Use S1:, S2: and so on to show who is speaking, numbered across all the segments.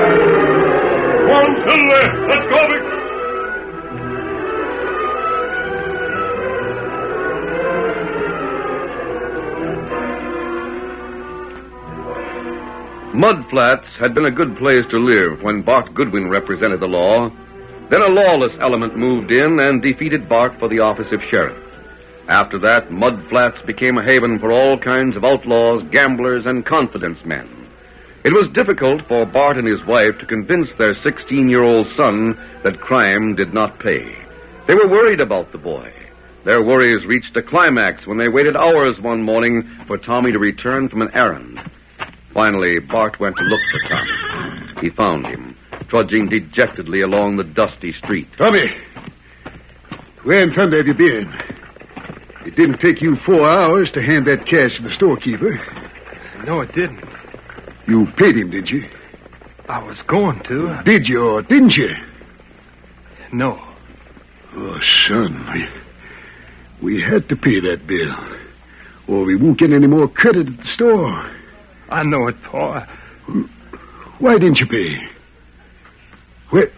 S1: Come on, Silver! Let's go, Rico! Mud Flats had been a good place to live when Bart Goodwin represented the law. Then a lawless element moved in and defeated Bart for the office of sheriff. After that, Mud Flats became a haven for all kinds of outlaws, gamblers, and confidence men. It was difficult for Bart and his wife to convince their 16 year old son that crime did not pay. They were worried about the boy. Their worries reached a climax when they waited hours one morning for Tommy to return from an errand. Finally, Bart went to look for Tommy. He found him, trudging dejectedly along the dusty street.
S2: Tommy, where in thunder have you been? It didn't take you four hours to hand that cash to the storekeeper.
S3: No, it didn't.
S2: You paid him, did you?
S3: I was going to.
S2: Did you or didn't you?
S3: No.
S2: Oh, son, we, we had to pay that bill, or we won't get any more credit at the store.
S3: I know it, Pa.
S2: Why didn't you pay? Where,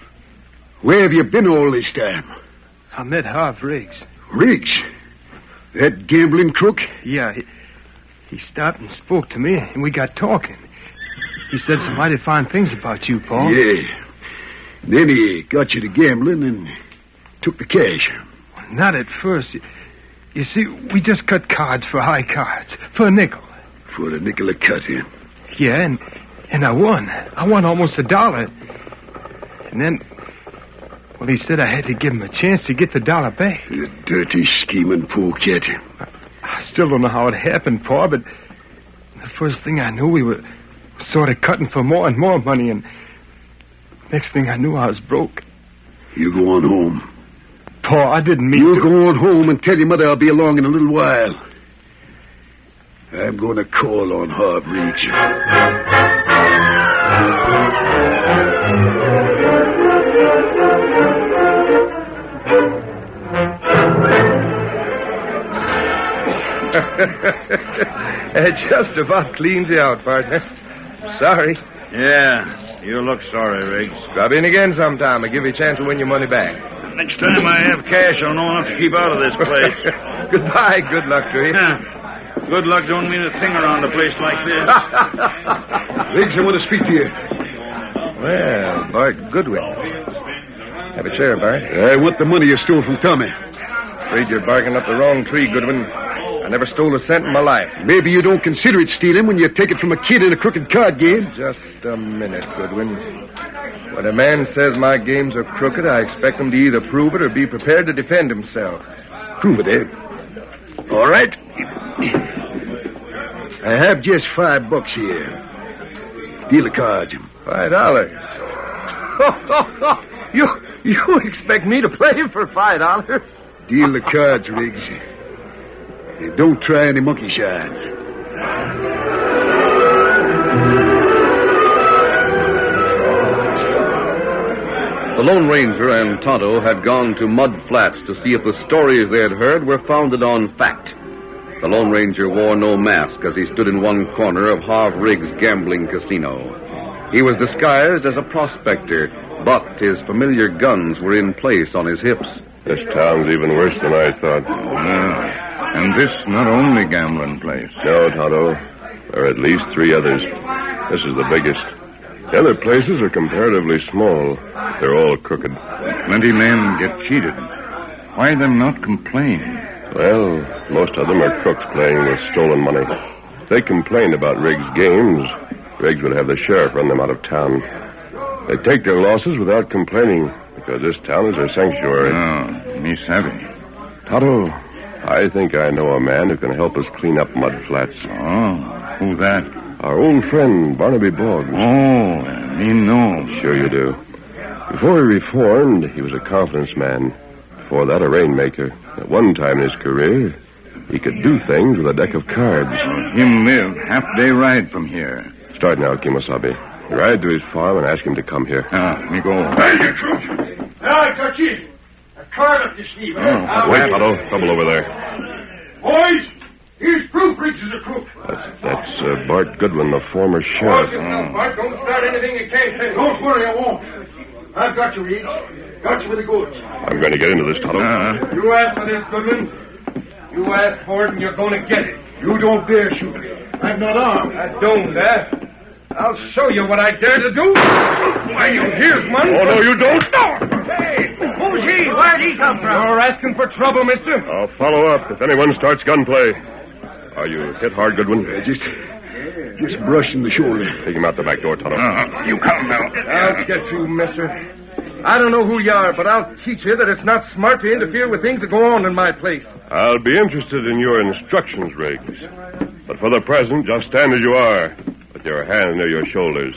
S2: where have you been all this time?
S3: I met Harv Riggs.
S2: Riggs, that gambling crook?
S3: Yeah, he, he stopped and spoke to me, and we got talking. He said some mighty fine things about you, Pa.
S2: Yeah. Then he got you to gambling and took the cash.
S3: Not at first. You, you see, we just cut cards for high cards, for a nickel.
S2: For a nickel a cut in.
S3: Yeah, and, and I won. I won almost a dollar. And then, well, he said I had to give him a chance to get the dollar back.
S2: The dirty, scheming poor cat.
S3: I still don't know how it happened, Pa, but the first thing I knew, we were sort of cutting for more and more money, and next thing I knew, I was broke.
S2: You go on home.
S3: Pa, I didn't mean
S2: you
S3: to.
S2: go on home and tell your mother I'll be along in a little while. I'm going to call on Harv Reach.
S3: It Uh, just about cleans you out, partner. Sorry.
S4: Yeah, you look sorry, Riggs.
S3: Drop in again sometime. I'll give you a chance to win your money back.
S4: Next time I have cash, I'll know enough to keep out of this place.
S3: Goodbye. Good luck to you.
S4: Yeah. Good luck don't mean a thing around a place like this.
S5: Ah!
S2: Riggs, I want to speak to you.
S3: Well, Bart Goodwin. Have a chair, Bart.
S2: I want the money you stole from Tommy.
S3: Afraid you're barking up the wrong tree, Goodwin. I never stole a cent in my life.
S2: Maybe you don't consider it stealing when you take it from a kid in a crooked card game.
S3: Just a minute, Goodwin. When a man says my games are crooked, I expect him to either prove it or be prepared to defend himself.
S2: Prove it, eh? All right. I have just five bucks here. Dealer cards.
S3: Five dollars. you you expect me to play for five dollars?
S2: Deal the cards, Riggs. And don't try any monkey shine.
S1: The Lone Ranger and Tonto had gone to Mud Flats to see if the stories they had heard were founded on fact. The Lone Ranger wore no mask as he stood in one corner of Harve Riggs' gambling casino. He was disguised as a prospector, but his familiar guns were in place on his hips.
S6: This town's even worse than I thought. And this not only gambling place. No, Tonto. There are at least three others. This is the biggest. The other places are comparatively small. They're all crooked. Plenty men get cheated. Why them not complain? Well, most of them are crooks playing with stolen money. If They complained about Riggs' games. Riggs would have the sheriff run them out of town. They take their losses without complaining because this town is their sanctuary.
S7: Oh, me savvy.
S6: Toto, I think I know a man who can help us clean up Mud Flats.
S7: Oh, who that?
S6: Our old friend, Barnaby Boggs.
S7: Oh, me know.
S6: Sure you do. Before he reformed, he was a confidence man. Before that, a rainmaker. At one time in his career, he could do things with a deck of cards.
S7: Him live half day ride from here.
S6: Start now, Kimosabe. Ride to his farm and ask him to come here.
S7: Ah, me go.
S4: Hey, Cochise! A card up your sleeve. Uh,
S7: huh?
S6: Wait, Toto. Trouble over there.
S4: Boys, here's proof Riggs is a crook.
S6: That's, that's uh, Bart Goodwin, the former sheriff.
S4: Bart. Don't start anything you can't say. Don't worry, I won't. I've got you, Riggs. Got you with the goods.
S6: I'm going to get into this, Toto.
S7: Ah,
S4: You asked for this, Goodman. You asked for it, and you're going to get it. You don't dare shoot me. I'm not armed. I don't, eh? I'll show you what I dare to do. Why, you here's one.
S6: Oh, no, you don't.
S4: Hey, who's he? Where'd he come from? You're asking for trouble, mister.
S6: I'll follow up if anyone starts gunplay. Uh, Are you hit hard, Goodwin?
S2: Just, just brushing the shoulder.
S6: Take him out the back door, Tonto.
S7: ah, you come now.
S4: I'll get you, mister. I don't know who you are, but I'll teach you that it's not smart to interfere with things that go on in my place.
S6: I'll be interested in your instructions, Riggs. But for the present, just stand as you are, with your hand near your shoulders.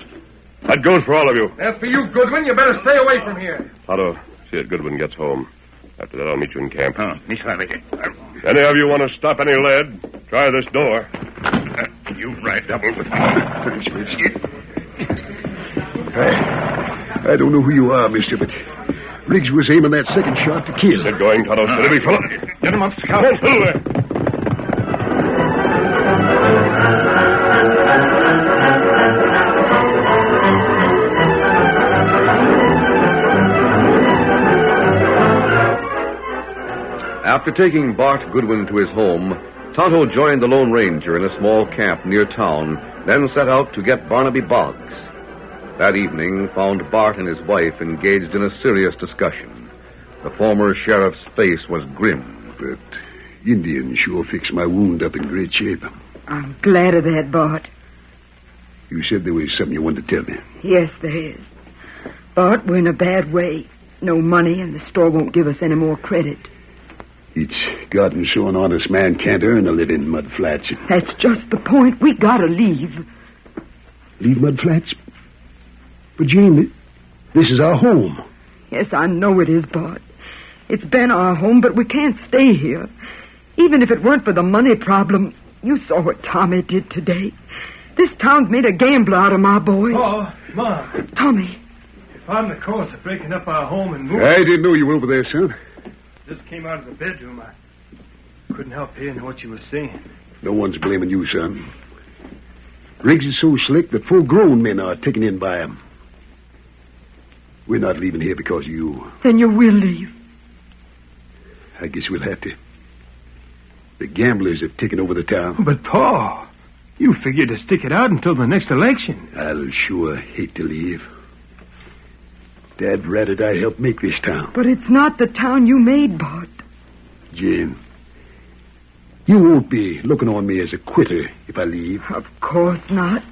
S6: That goes for all of you.
S4: As for you, Goodwin, you better stay away from here.
S6: Tonto, see that Goodwin gets home. After that, I'll meet you in camp.
S7: Oh, me savvy.
S6: Any of you want to stop any lead, try this door.
S7: You ride double with
S2: Thanks, Riggs. I, I don't know who you are, mister, but Riggs was aiming that second shot to kill.
S6: Get going, Tonto. Steady, fellow.
S7: Get him up,
S6: Come
S7: Scout.
S6: on, through there.
S1: After taking Bart Goodwin to his home, Tonto joined the Lone Ranger in a small camp near town, then set out to get Barnaby Boggs. That evening found Bart and his wife engaged in a serious discussion. The former sheriff's face was grim.
S2: But Indian sure fixed my wound up in great shape.
S8: I'm glad of that, Bart.
S2: You said there was something you wanted to tell me.
S8: Yes, there is. Bart, we're in a bad way. No money, and the store won't give us any more credit.
S2: It's gotten so an honest man can't earn a living in mud flats.
S8: That's just the point. We gotta leave.
S2: Leave mud flats? But, Jane, this is our home.
S8: Yes, I know it is, Bart. It's been our home, but we can't stay here. Even if it weren't for the money problem, you saw what Tommy did today. This town's made a gambler out of my boy.
S3: Oh, Ma,
S8: Tommy,
S3: if I'm the cause of breaking up our home and moving,
S2: I didn't know you were over there, son.
S3: just came out of the bedroom. I couldn't help hearing what you were saying.
S2: No one's blaming you, son. Riggs is so slick that full grown men are taken in by him. We're not leaving here because of you.
S8: Then you will leave.
S2: I guess we'll have to. The gamblers have taken over the town.
S3: But, Paul, you figured to stick it out until the next election.
S2: I'll sure hate to leave. Dad ratted I helped make this town.
S8: But it's not the town you made, Bart.
S2: Jane, you won't be looking on me as a quitter if I leave.
S8: Of course not.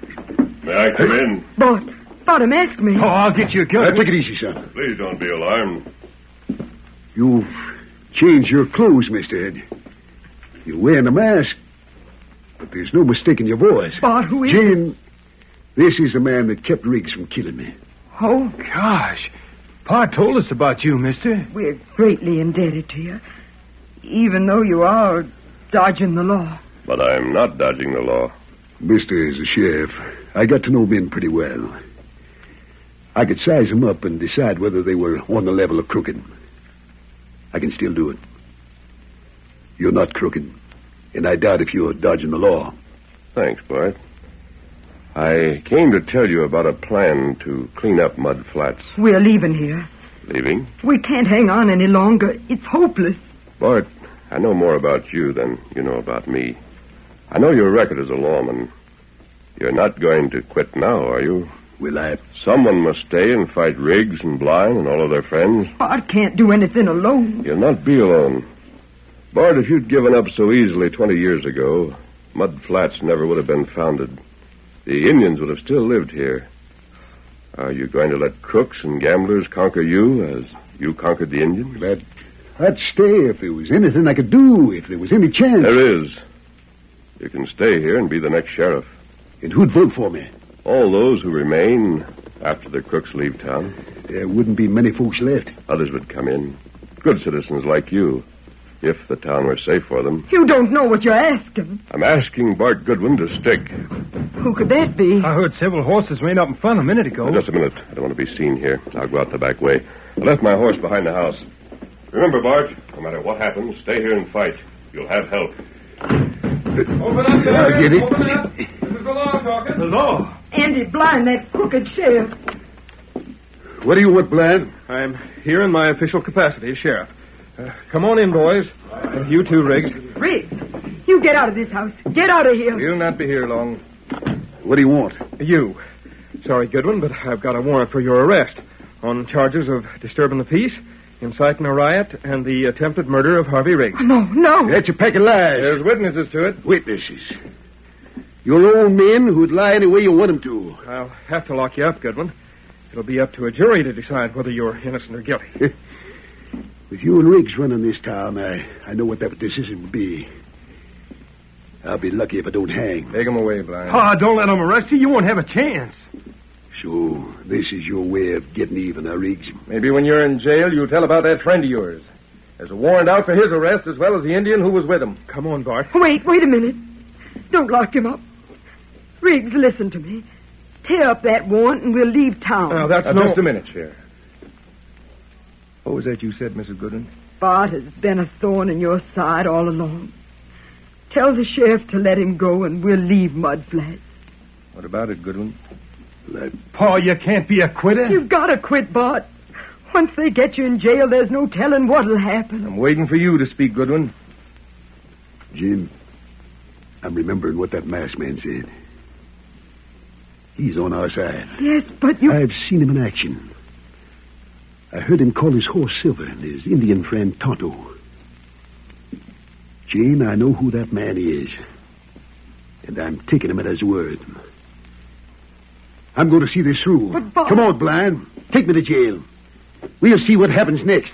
S6: May I come in?
S8: Bart, Bottom asked me.
S3: Paul, Oh, I'll get you a
S2: Now,
S3: gun.
S2: take it easy, son.
S6: Please don't be alarmed.
S2: You've changed your clothes, Mr. Ed. You're wearing a mask, but there's no mistaking your voice.
S8: Bart, who is...
S2: Jane, this is the man that kept Riggs from killing me.
S8: Oh,
S3: Gosh, Pa told us about you, mister.
S8: we're greatly indebted to you. Even though you are dodging the law.
S6: But I'm not dodging the law.
S2: Mister is a sheriff. I got to know men pretty well. I could size them up and decide whether they were on the level of crooked. I can still do it. You're not crooked, and I doubt if you're dodging the law.
S6: Thanks, Bart. I came to tell you about a plan to clean up Mud Flats.
S8: We're leaving here.
S6: Leaving?
S8: We can't hang on any longer. It's hopeless.
S6: Bart, I know more about you than you know about me. I know your record as a lawman. You're not going to quit now, are you?
S2: Will I?
S6: Someone must stay and fight Riggs and Blind and all of their friends.
S8: Bart can't do anything alone.
S6: You'll not be alone. Bart, if you'd given up so easily 20 years ago, Mud Flats never would have been founded. The Indians would have still lived here. Are you going to let crooks and gamblers conquer you as you conquered the Indians?
S2: Well, I'd, I'd stay if there was anything I could do, if there was any chance.
S6: There is. You can stay here and be the next sheriff.
S2: And who'd vote for me?
S6: All those who remain after the crooks leave town,
S2: There wouldn't be many folks left.
S6: others would come in. Good citizens like you, if the town were safe for them.
S8: You don't know what you're asking.
S6: I'm asking Bart Goodwin to stick.
S8: Who could that be?
S3: I heard several horses ran up in front a minute ago.
S6: Now, just a minute. I don't want to be seen here. I'll go out the back way. I left my horse behind the house. Remember, Bart, no matter what happens, stay here and fight. You'll have help.
S4: Open up,
S2: I'll
S4: there.
S2: get it.
S4: Open up. This is the law talking.
S3: The law.
S8: Andy Blind, that crooked sheriff.
S2: What do you want, Bland?
S3: I'm here in my official capacity as sheriff. Uh, come on in, boys. And you too, Riggs.
S8: Riggs, you get out of this house. Get out of here.
S3: You'll not be here long.
S2: What do you want?
S3: You. Sorry, Goodwin, but I've got a warrant for your arrest on charges of disturbing the peace, inciting a riot, and the attempted murder of Harvey Riggs.
S8: No, no.
S2: That's a pack of lies.
S3: There's witnesses to it.
S2: Witnesses. Your own men who'd lie any way you want 'em to.
S3: I'll have to lock you up, Goodwin. It'll be up to a jury to decide whether you're innocent or guilty.
S2: With you and Riggs running this town, I, I know what that decision would be. I'll be lucky if I don't hang.
S3: Take him away, Blind.
S4: Ah,
S3: Pa, don't let him arrest you. You won't have a chance.
S2: So, this is your way of getting even, huh, Riggs?
S3: Maybe when you're in jail, you'll tell about that friend of yours. There's a warrant out for his arrest as well as the Indian who was with him. Come on, Bart.
S8: Wait, wait a minute. Don't lock him up. Riggs, listen to me. Tear up that warrant and we'll leave town.
S3: Now, that's
S7: Now,
S3: no...
S7: just a
S3: minute, Sheriff. What was that you said, Mrs. Goodwin?
S8: Bart has been a thorn in your side all along. Tell the sheriff to let him go and we'll leave Mud Flat.
S3: What about it, Goodwin?
S2: Like,
S3: Pa, you can't be a quitter.
S8: You've got to quit, Bart. Once they get you in jail, there's no telling what'll happen.
S3: I'm waiting for you to speak, Goodwin.
S2: Jim, I'm remembering what that masked man said. He's on our side.
S8: Yes, but you.
S2: I've seen him in action. I heard him call his horse Silver and his Indian friend Tonto. Jane, I know who that man is. And I'm taking him at his word. I'm going to see this through.
S8: But, Bob-
S2: Come on, Blind. Take me to jail. We'll see what happens next.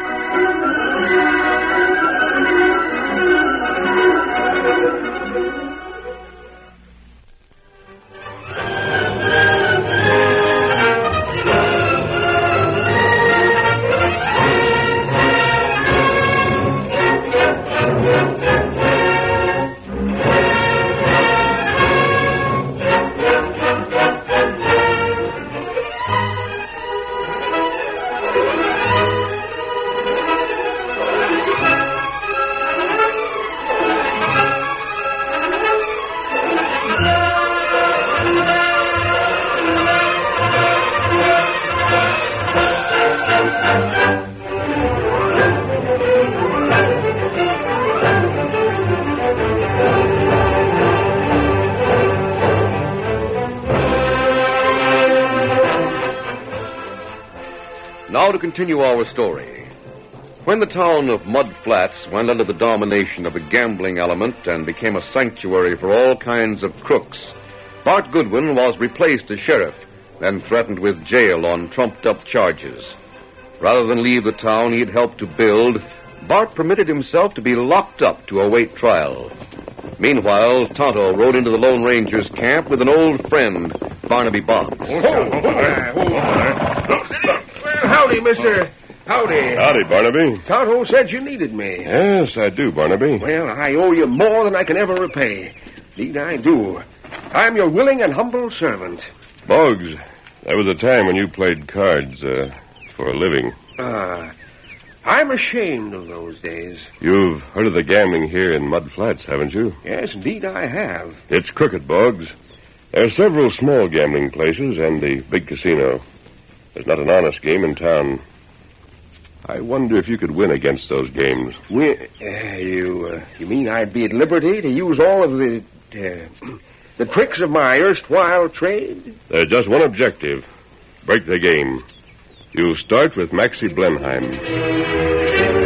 S1: Now to continue our story. When the town of Mud Flats went under the domination of the gambling element and became a sanctuary for all kinds of crooks, Bart Goodwin was replaced as sheriff, then threatened with jail on trumped up charges. Rather than leave the town he had helped to build, Bart permitted himself to be locked up to await trial. Meanwhile, Tonto rode into the Lone Ranger's camp with an old friend, Barnaby Boggs.
S4: Howdy, mister. Howdy.
S6: Howdy, Barnaby.
S4: Tonto said you needed me.
S6: Yes, I do, Barnaby.
S4: Well, I owe you more than I can ever repay. Indeed, I do. I'm your willing and humble servant.
S6: Boggs, there was a time when you played cards uh, for a living.
S4: Ah, I'm ashamed of those days.
S6: You've heard of the gambling here in Mud Flats, haven't you?
S4: Yes, indeed, I have.
S6: It's crooked, Boggs. There are several small gambling places and the big casino. There's not an honest game in town. I wonder if you could win against those games.
S4: We, uh, you, uh, you mean I'd be at liberty to use all of the, uh, the tricks of my erstwhile trade?
S6: There's just one objective break the game. You start with Maxie Blenheim.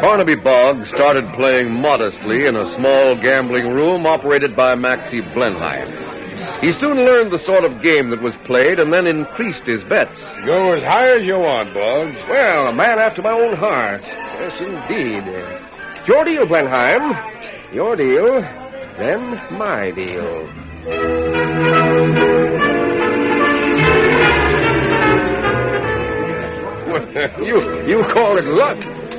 S1: Barnaby Boggs started playing modestly in a small gambling room operated by Maxie Blenheim. He soon learned the sort of game that was played and then increased his bets.
S6: Go as high as you want, Boggs.
S4: Well, a man after my own heart. Yes, indeed. Uh, Your deal, Blenheim. Your deal, then my deal. you, you call it luck.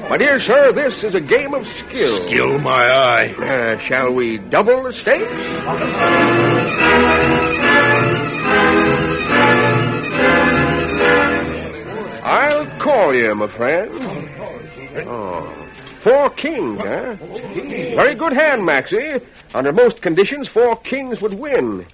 S4: My dear sir, this is a game of skill.
S7: Kill my eye.
S4: Uh, shall we double the stakes? I'll call you, my friend. Oh, four kings, huh? Very good hand, Maxie. Under most conditions, four kings would win.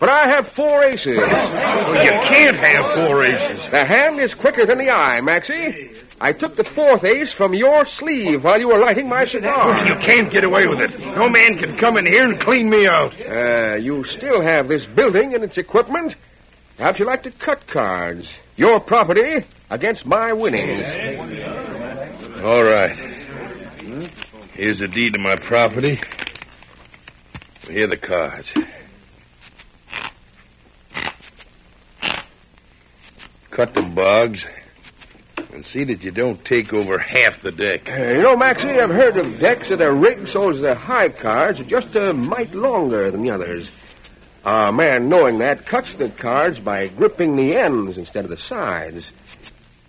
S4: But I have four aces.
S7: You can't have four aces.
S4: The hand is quicker than the eye, Maxie. I took the fourth ace from your sleeve while you were lighting my cigar.
S7: You can't get away with it. No man can come in here and clean me out.
S4: Uh, you still have this building and its equipment. Perhaps you like to cut cards. Your property against my winnings.
S7: All right. Here's the deed to my property. Here are the cards. Cut them, Boggs. And see that you don't take over half the deck.
S4: Uh, you know, Maxie, I've heard of decks that are rigged so as the high cards are just a mite longer than the others. A man, knowing that, cuts the cards by gripping the ends instead of the sides.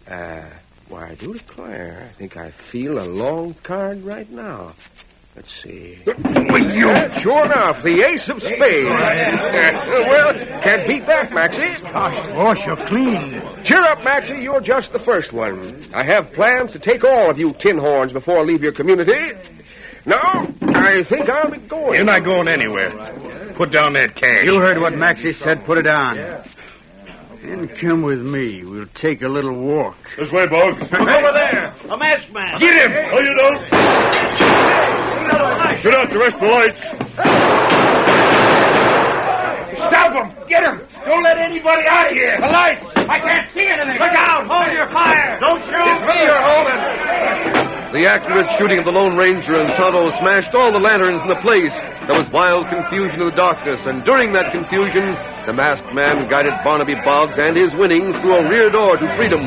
S4: Uh, why, I do declare, I think I feel a long card right now. Let's see. Yeah, sure enough, the ace of spades. Uh, well, can't beat that, Maxie.
S3: Gosh, you're clean.
S4: Cheer up, Maxie. You're just the first one. I have plans to take all of you tin horns before I leave your community. Now, I think I'll be going.
S7: You're not going anywhere. Put down that cash.
S5: You heard what Maxie said. Put it down. And come with me. We'll take a little walk.
S6: This way, Boggs.
S7: over there.
S5: A masked man.
S7: Get him.
S6: No, Oh, you don't. Shut out the rest of the lights.
S7: Stop him. Get him. Don't let anybody out of here. The lights. I can't see anything. Look out. Hold your fire. Don't shoot. me you're holding.
S1: The accurate shooting of the Lone Ranger and Tonto smashed all the lanterns in the place. There was wild confusion in the darkness, and during that confusion, the masked man guided Barnaby Boggs and his winnings through a rear door to freedom.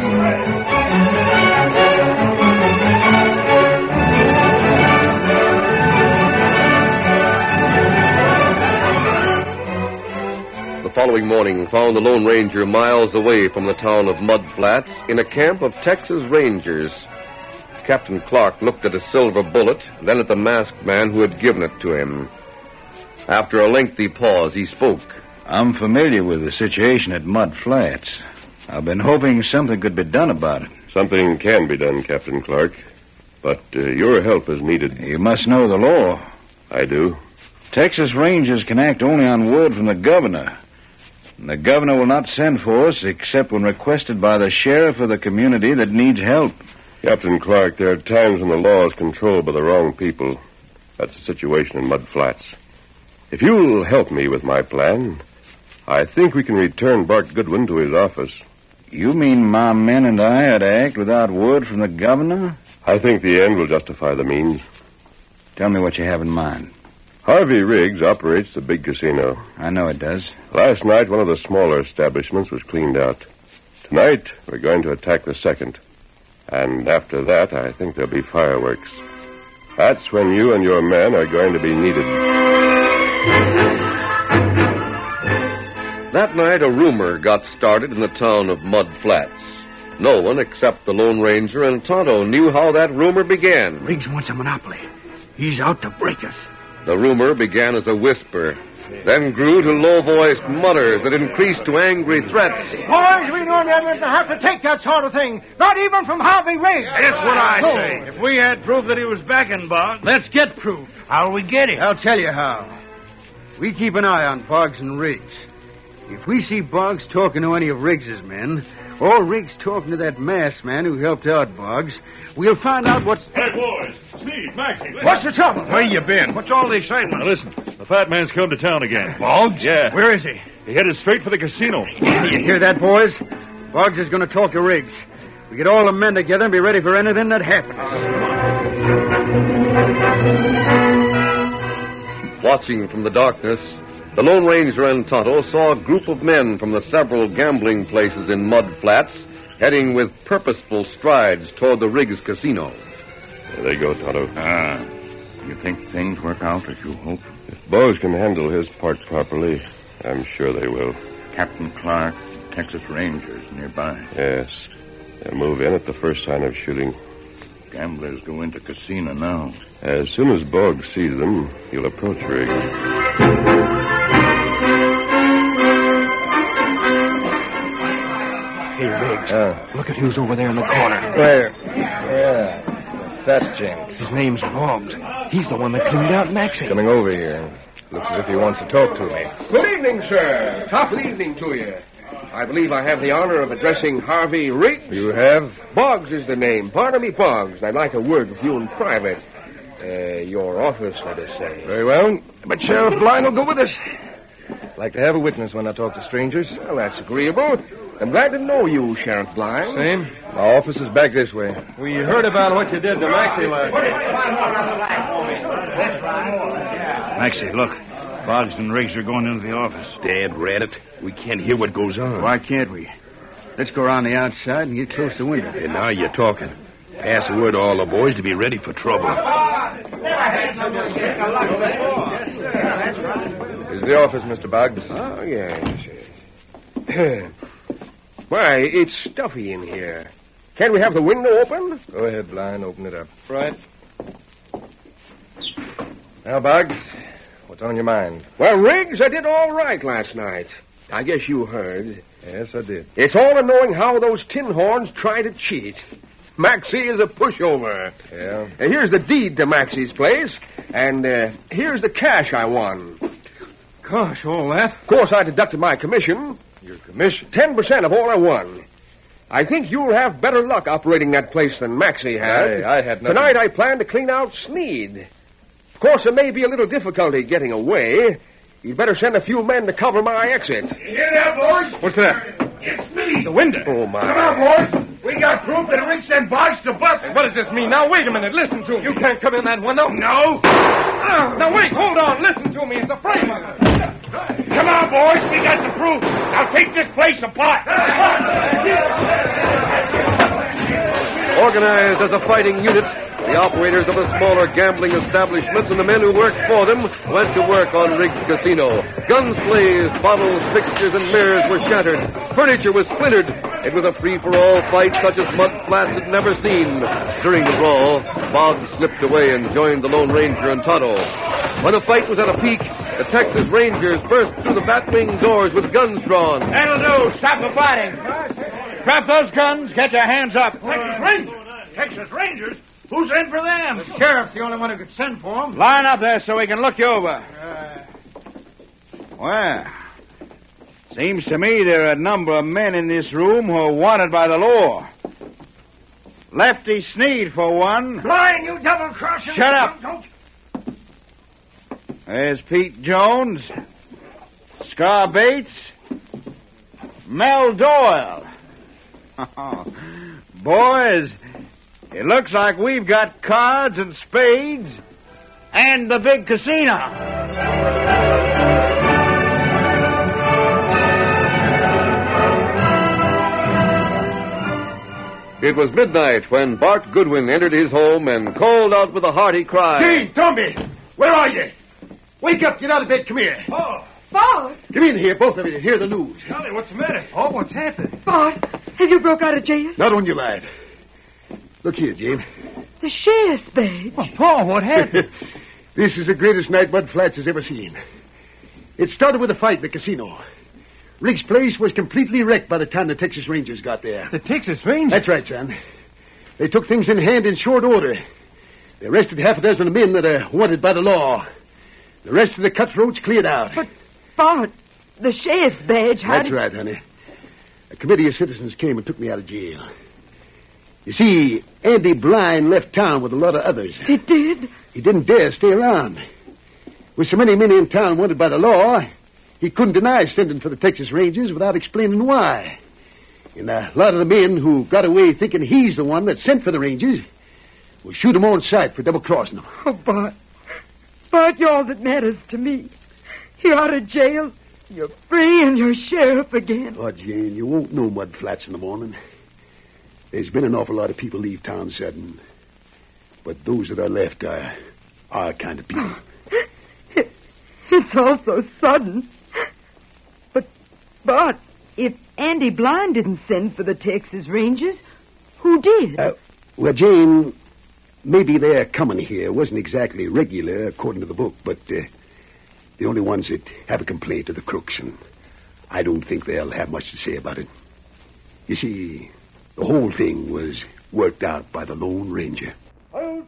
S1: The following morning found the Lone Ranger miles away from the town of Mud Flats in a camp of Texas Rangers. Captain Clark looked at a silver bullet, then at the masked man who had given it to him. After a lengthy pause, he spoke.
S5: I'm familiar with the situation at Mud Flats. I've been hoping something could be done about it.
S6: Something can be done, Captain Clark. But uh, your help is needed.
S5: You must know the law.
S6: I do.
S5: Texas Rangers can act only on word from the governor. And the governor will not send for us except when requested by the sheriff of the community that needs help.
S6: Captain Clark, there are times when the law is controlled by the wrong people. That's the situation in Mud Flats. If you'll help me with my plan, I think we can return Bart Goodwin to his office.
S5: You mean my men and I had to act without word from the governor?
S6: I think the end will justify the means.
S5: Tell me what you have in mind.
S6: Harvey Riggs operates the big casino.
S5: I know it does.
S6: Last night, one of the smaller establishments was cleaned out. Tonight, we're going to attack the second. And after that, I think there'll be fireworks. That's when you and your men are going to be needed.
S1: That night, a rumor got started in the town of Mud Flats. No one except the Lone Ranger and Tonto knew how that rumor began.
S9: Riggs wants a monopoly. He's out to break us.
S1: The rumor began as a whisper, then grew to low voiced mutters that increased to angry threats.
S7: Boys, we know never to have to take that sort of thing. Not even from Harvey Riggs.
S10: That's what I
S7: No.
S10: say. If we had proof that he was backing Bart, let's get proof.
S9: How'll we get it? I'll tell you how. We keep an eye on Boggs and Riggs. If we see Boggs talking to any of Riggs's men, or Riggs talking to that masked man who helped out Boggs, we'll find out what's.
S10: Hey, boys. Steve, Maxie.
S9: What's the trouble?
S10: Where you been? What's all the excitement? Now, listen. The fat man's come to town again. Boggs? Yeah. Where is he? He headed straight for the casino.
S9: You hear that, boys? Boggs is going to talk to Riggs. We get all the men together and be ready for anything that happens.
S1: Watching from the darkness, the Lone Ranger and Tonto saw a group of men from the several gambling places in Mud Flats heading with purposeful strides toward the Riggs Casino.
S6: There they go, Tonto.
S5: Ah. You think things work out as you hope?
S6: If Bose can handle his part properly, I'm sure they will.
S5: Captain Clark, Texas Rangers nearby.
S6: Yes. They'll move in at the first sign of shooting.
S5: Gamblers go into casino now.
S6: As soon as Boggs sees them, he'll approach Riggs.
S4: Hey, Riggs. Look at who's over there in the corner.
S5: Where? Yeah. That's James.
S4: His name's Boggs. He's the one that cleaned out Maxie.
S5: Coming over here. Looks as if he wants to talk to me.
S4: Good evening, sir. Top of the evening to you. I believe I have the honor of addressing Harvey Riggs.
S5: You have?
S4: Boggs is the name. Pardon me, Boggs. I'd like a word with you in private. Uh, your office, let us say.
S5: Very well.
S4: But Sheriff Blind will go with us.
S5: Like to have a witness when I talk to strangers.
S4: Well, that's agreeable. I'm glad to know you, Sheriff Blind.
S5: Same. My office is back this way.
S3: We heard about what you did to Maxie last night.
S10: Maxie, look. Boggs and Riggs are going into the office.
S9: Dad, Reddit.
S4: We can't hear what goes on.
S9: Why can't we? Let's go around the outside and get close to the window.
S4: And now you're talking. Pass the word to all the boys to be ready for trouble.
S5: Is the office, Mr. Boggs?
S4: Oh, yes. yes. Why, it's stuffy in here. Can't we have the window open?
S5: Go ahead, Blind. Open it up. Right. Now, Boggs, what's on your mind?
S4: Well, Riggs, I did all right last night. I guess you heard.
S5: Yes, I did.
S4: It's all in knowing how those tin horns try to cheat. Maxie is a pushover.
S5: Yeah.
S4: Uh, here's the deed to Maxie's place, and uh, here's the cash I won.
S3: Gosh, all that?
S4: Of course, I deducted my commission.
S3: Your commission.
S4: Ten percent of all I won. I think you'll have better luck operating that place than Maxie had.
S3: Hey, I had nothing-
S4: Tonight I plan to clean out Sneed. Of course, there may be a little difficulty getting away. You'd better send a few men to cover my exit.
S7: Hear that, boys?
S3: What's that?
S7: It's me.
S3: The window.
S4: Oh,
S7: Come
S4: my.
S7: on, boys. We got proof that Rick sent Boggs to bust.
S3: What does this mean? Now, wait a minute. Listen to me. You can't come in that window. No. Ah, now, wait. Hold on. Listen to me. It's a frame up.
S7: Come on, boys. We got the proof. Now take this place apart.
S1: Organized as a fighting unit, the operators of the smaller gambling establishments and the men who worked for them went to work on Riggs Casino. Guns blazed, bottles, fixtures, and mirrors were shattered. Furniture was splintered. It was a free-for-all fight such as Mud Flats had never seen. During the brawl, Boggs slipped away and joined the Lone Ranger and Tonto. When the fight was at a peak, the Texas Rangers burst through the bat wing doors with guns drawn.
S10: That'll do. Stop the fighting. Drop those guns. Get your hands up. Texas Rangers? Texas Rangers? Who's in for them? The sheriff's the only one who could send for them. Line up there so we can look you over.
S5: Well, seems to me there are a number of men in this room who are wanted by the law. Lefty Sneed, for one.
S7: Blind, you double crosser.
S5: Shut up.
S4: There's Pete Jones, Scar Bates, Mel Doyle. Boys, it looks like we've got cards and spades and the big casino.
S1: It was midnight when Bart Goodwin entered his home and called out with a hearty cry.
S2: Gene, Tommy, where are you? Wake up, get out of bed, come here. Oh.
S8: Bart!
S2: Come in here, both of you, hear the news.
S11: Charlie, what's the matter? Oh, what's happened?
S8: Bart, have you broke out of jail?
S2: Not on you, lad. Look here, Jane.
S8: The share spade.
S2: Oh, Paul, what happened? this is the greatest night Mud Flats has ever seen. It started with a fight in the casino. Riggs' place was completely wrecked by the time the Texas Rangers got there.
S11: The Texas Rangers?
S2: That's right, son. They took things in hand in short order. They arrested half a dozen men that are wanted by the law. The rest of the cutthroats cleared out. But,
S8: Bart, the sheriff's badge. How
S2: That's
S8: did...
S2: right, honey. A committee of citizens came and took me out of jail. You see, Andy Blind left town with a lot of others.
S8: He did?
S2: He didn't dare stay around. With so many men in town wanted by the law, he couldn't deny sending for the Texas Rangers without explaining why. And a lot of the men who got away thinking he's the one that sent for the Rangers will shoot him on sight for double crossing them.
S8: Oh, Bart. Bart, you're all that matters to me. You're out of jail. You're free and you're sheriff again.
S2: Oh, Jane, you won't know mud flats in the morning. There's been an awful lot of people leave town sudden. But those that are left are our kind of people.
S8: It's all so sudden. But, Bart, if Andy Blind didn't send for the Texas Rangers, who did?
S2: Well, Jane, maybe their coming here wasn't exactly regular according to the book, but uh, the only ones that have a complaint are the crooks, and I don't think they'll have much to say about it. You see, the whole thing was worked out by the Lone Ranger.
S10: uh,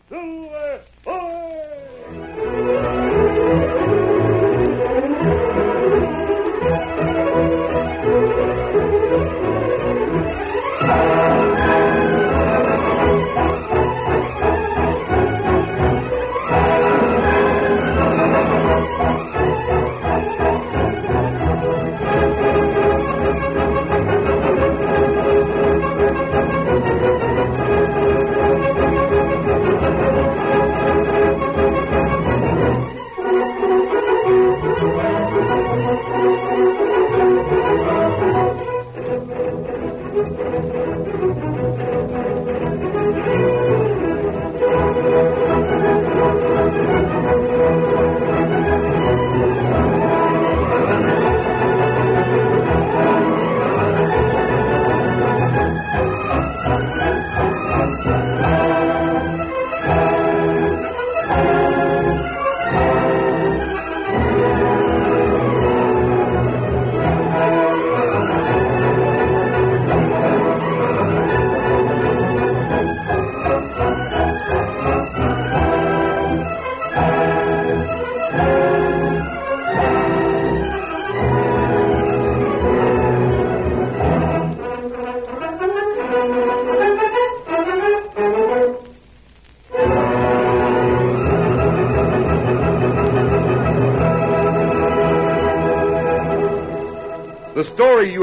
S1: The story you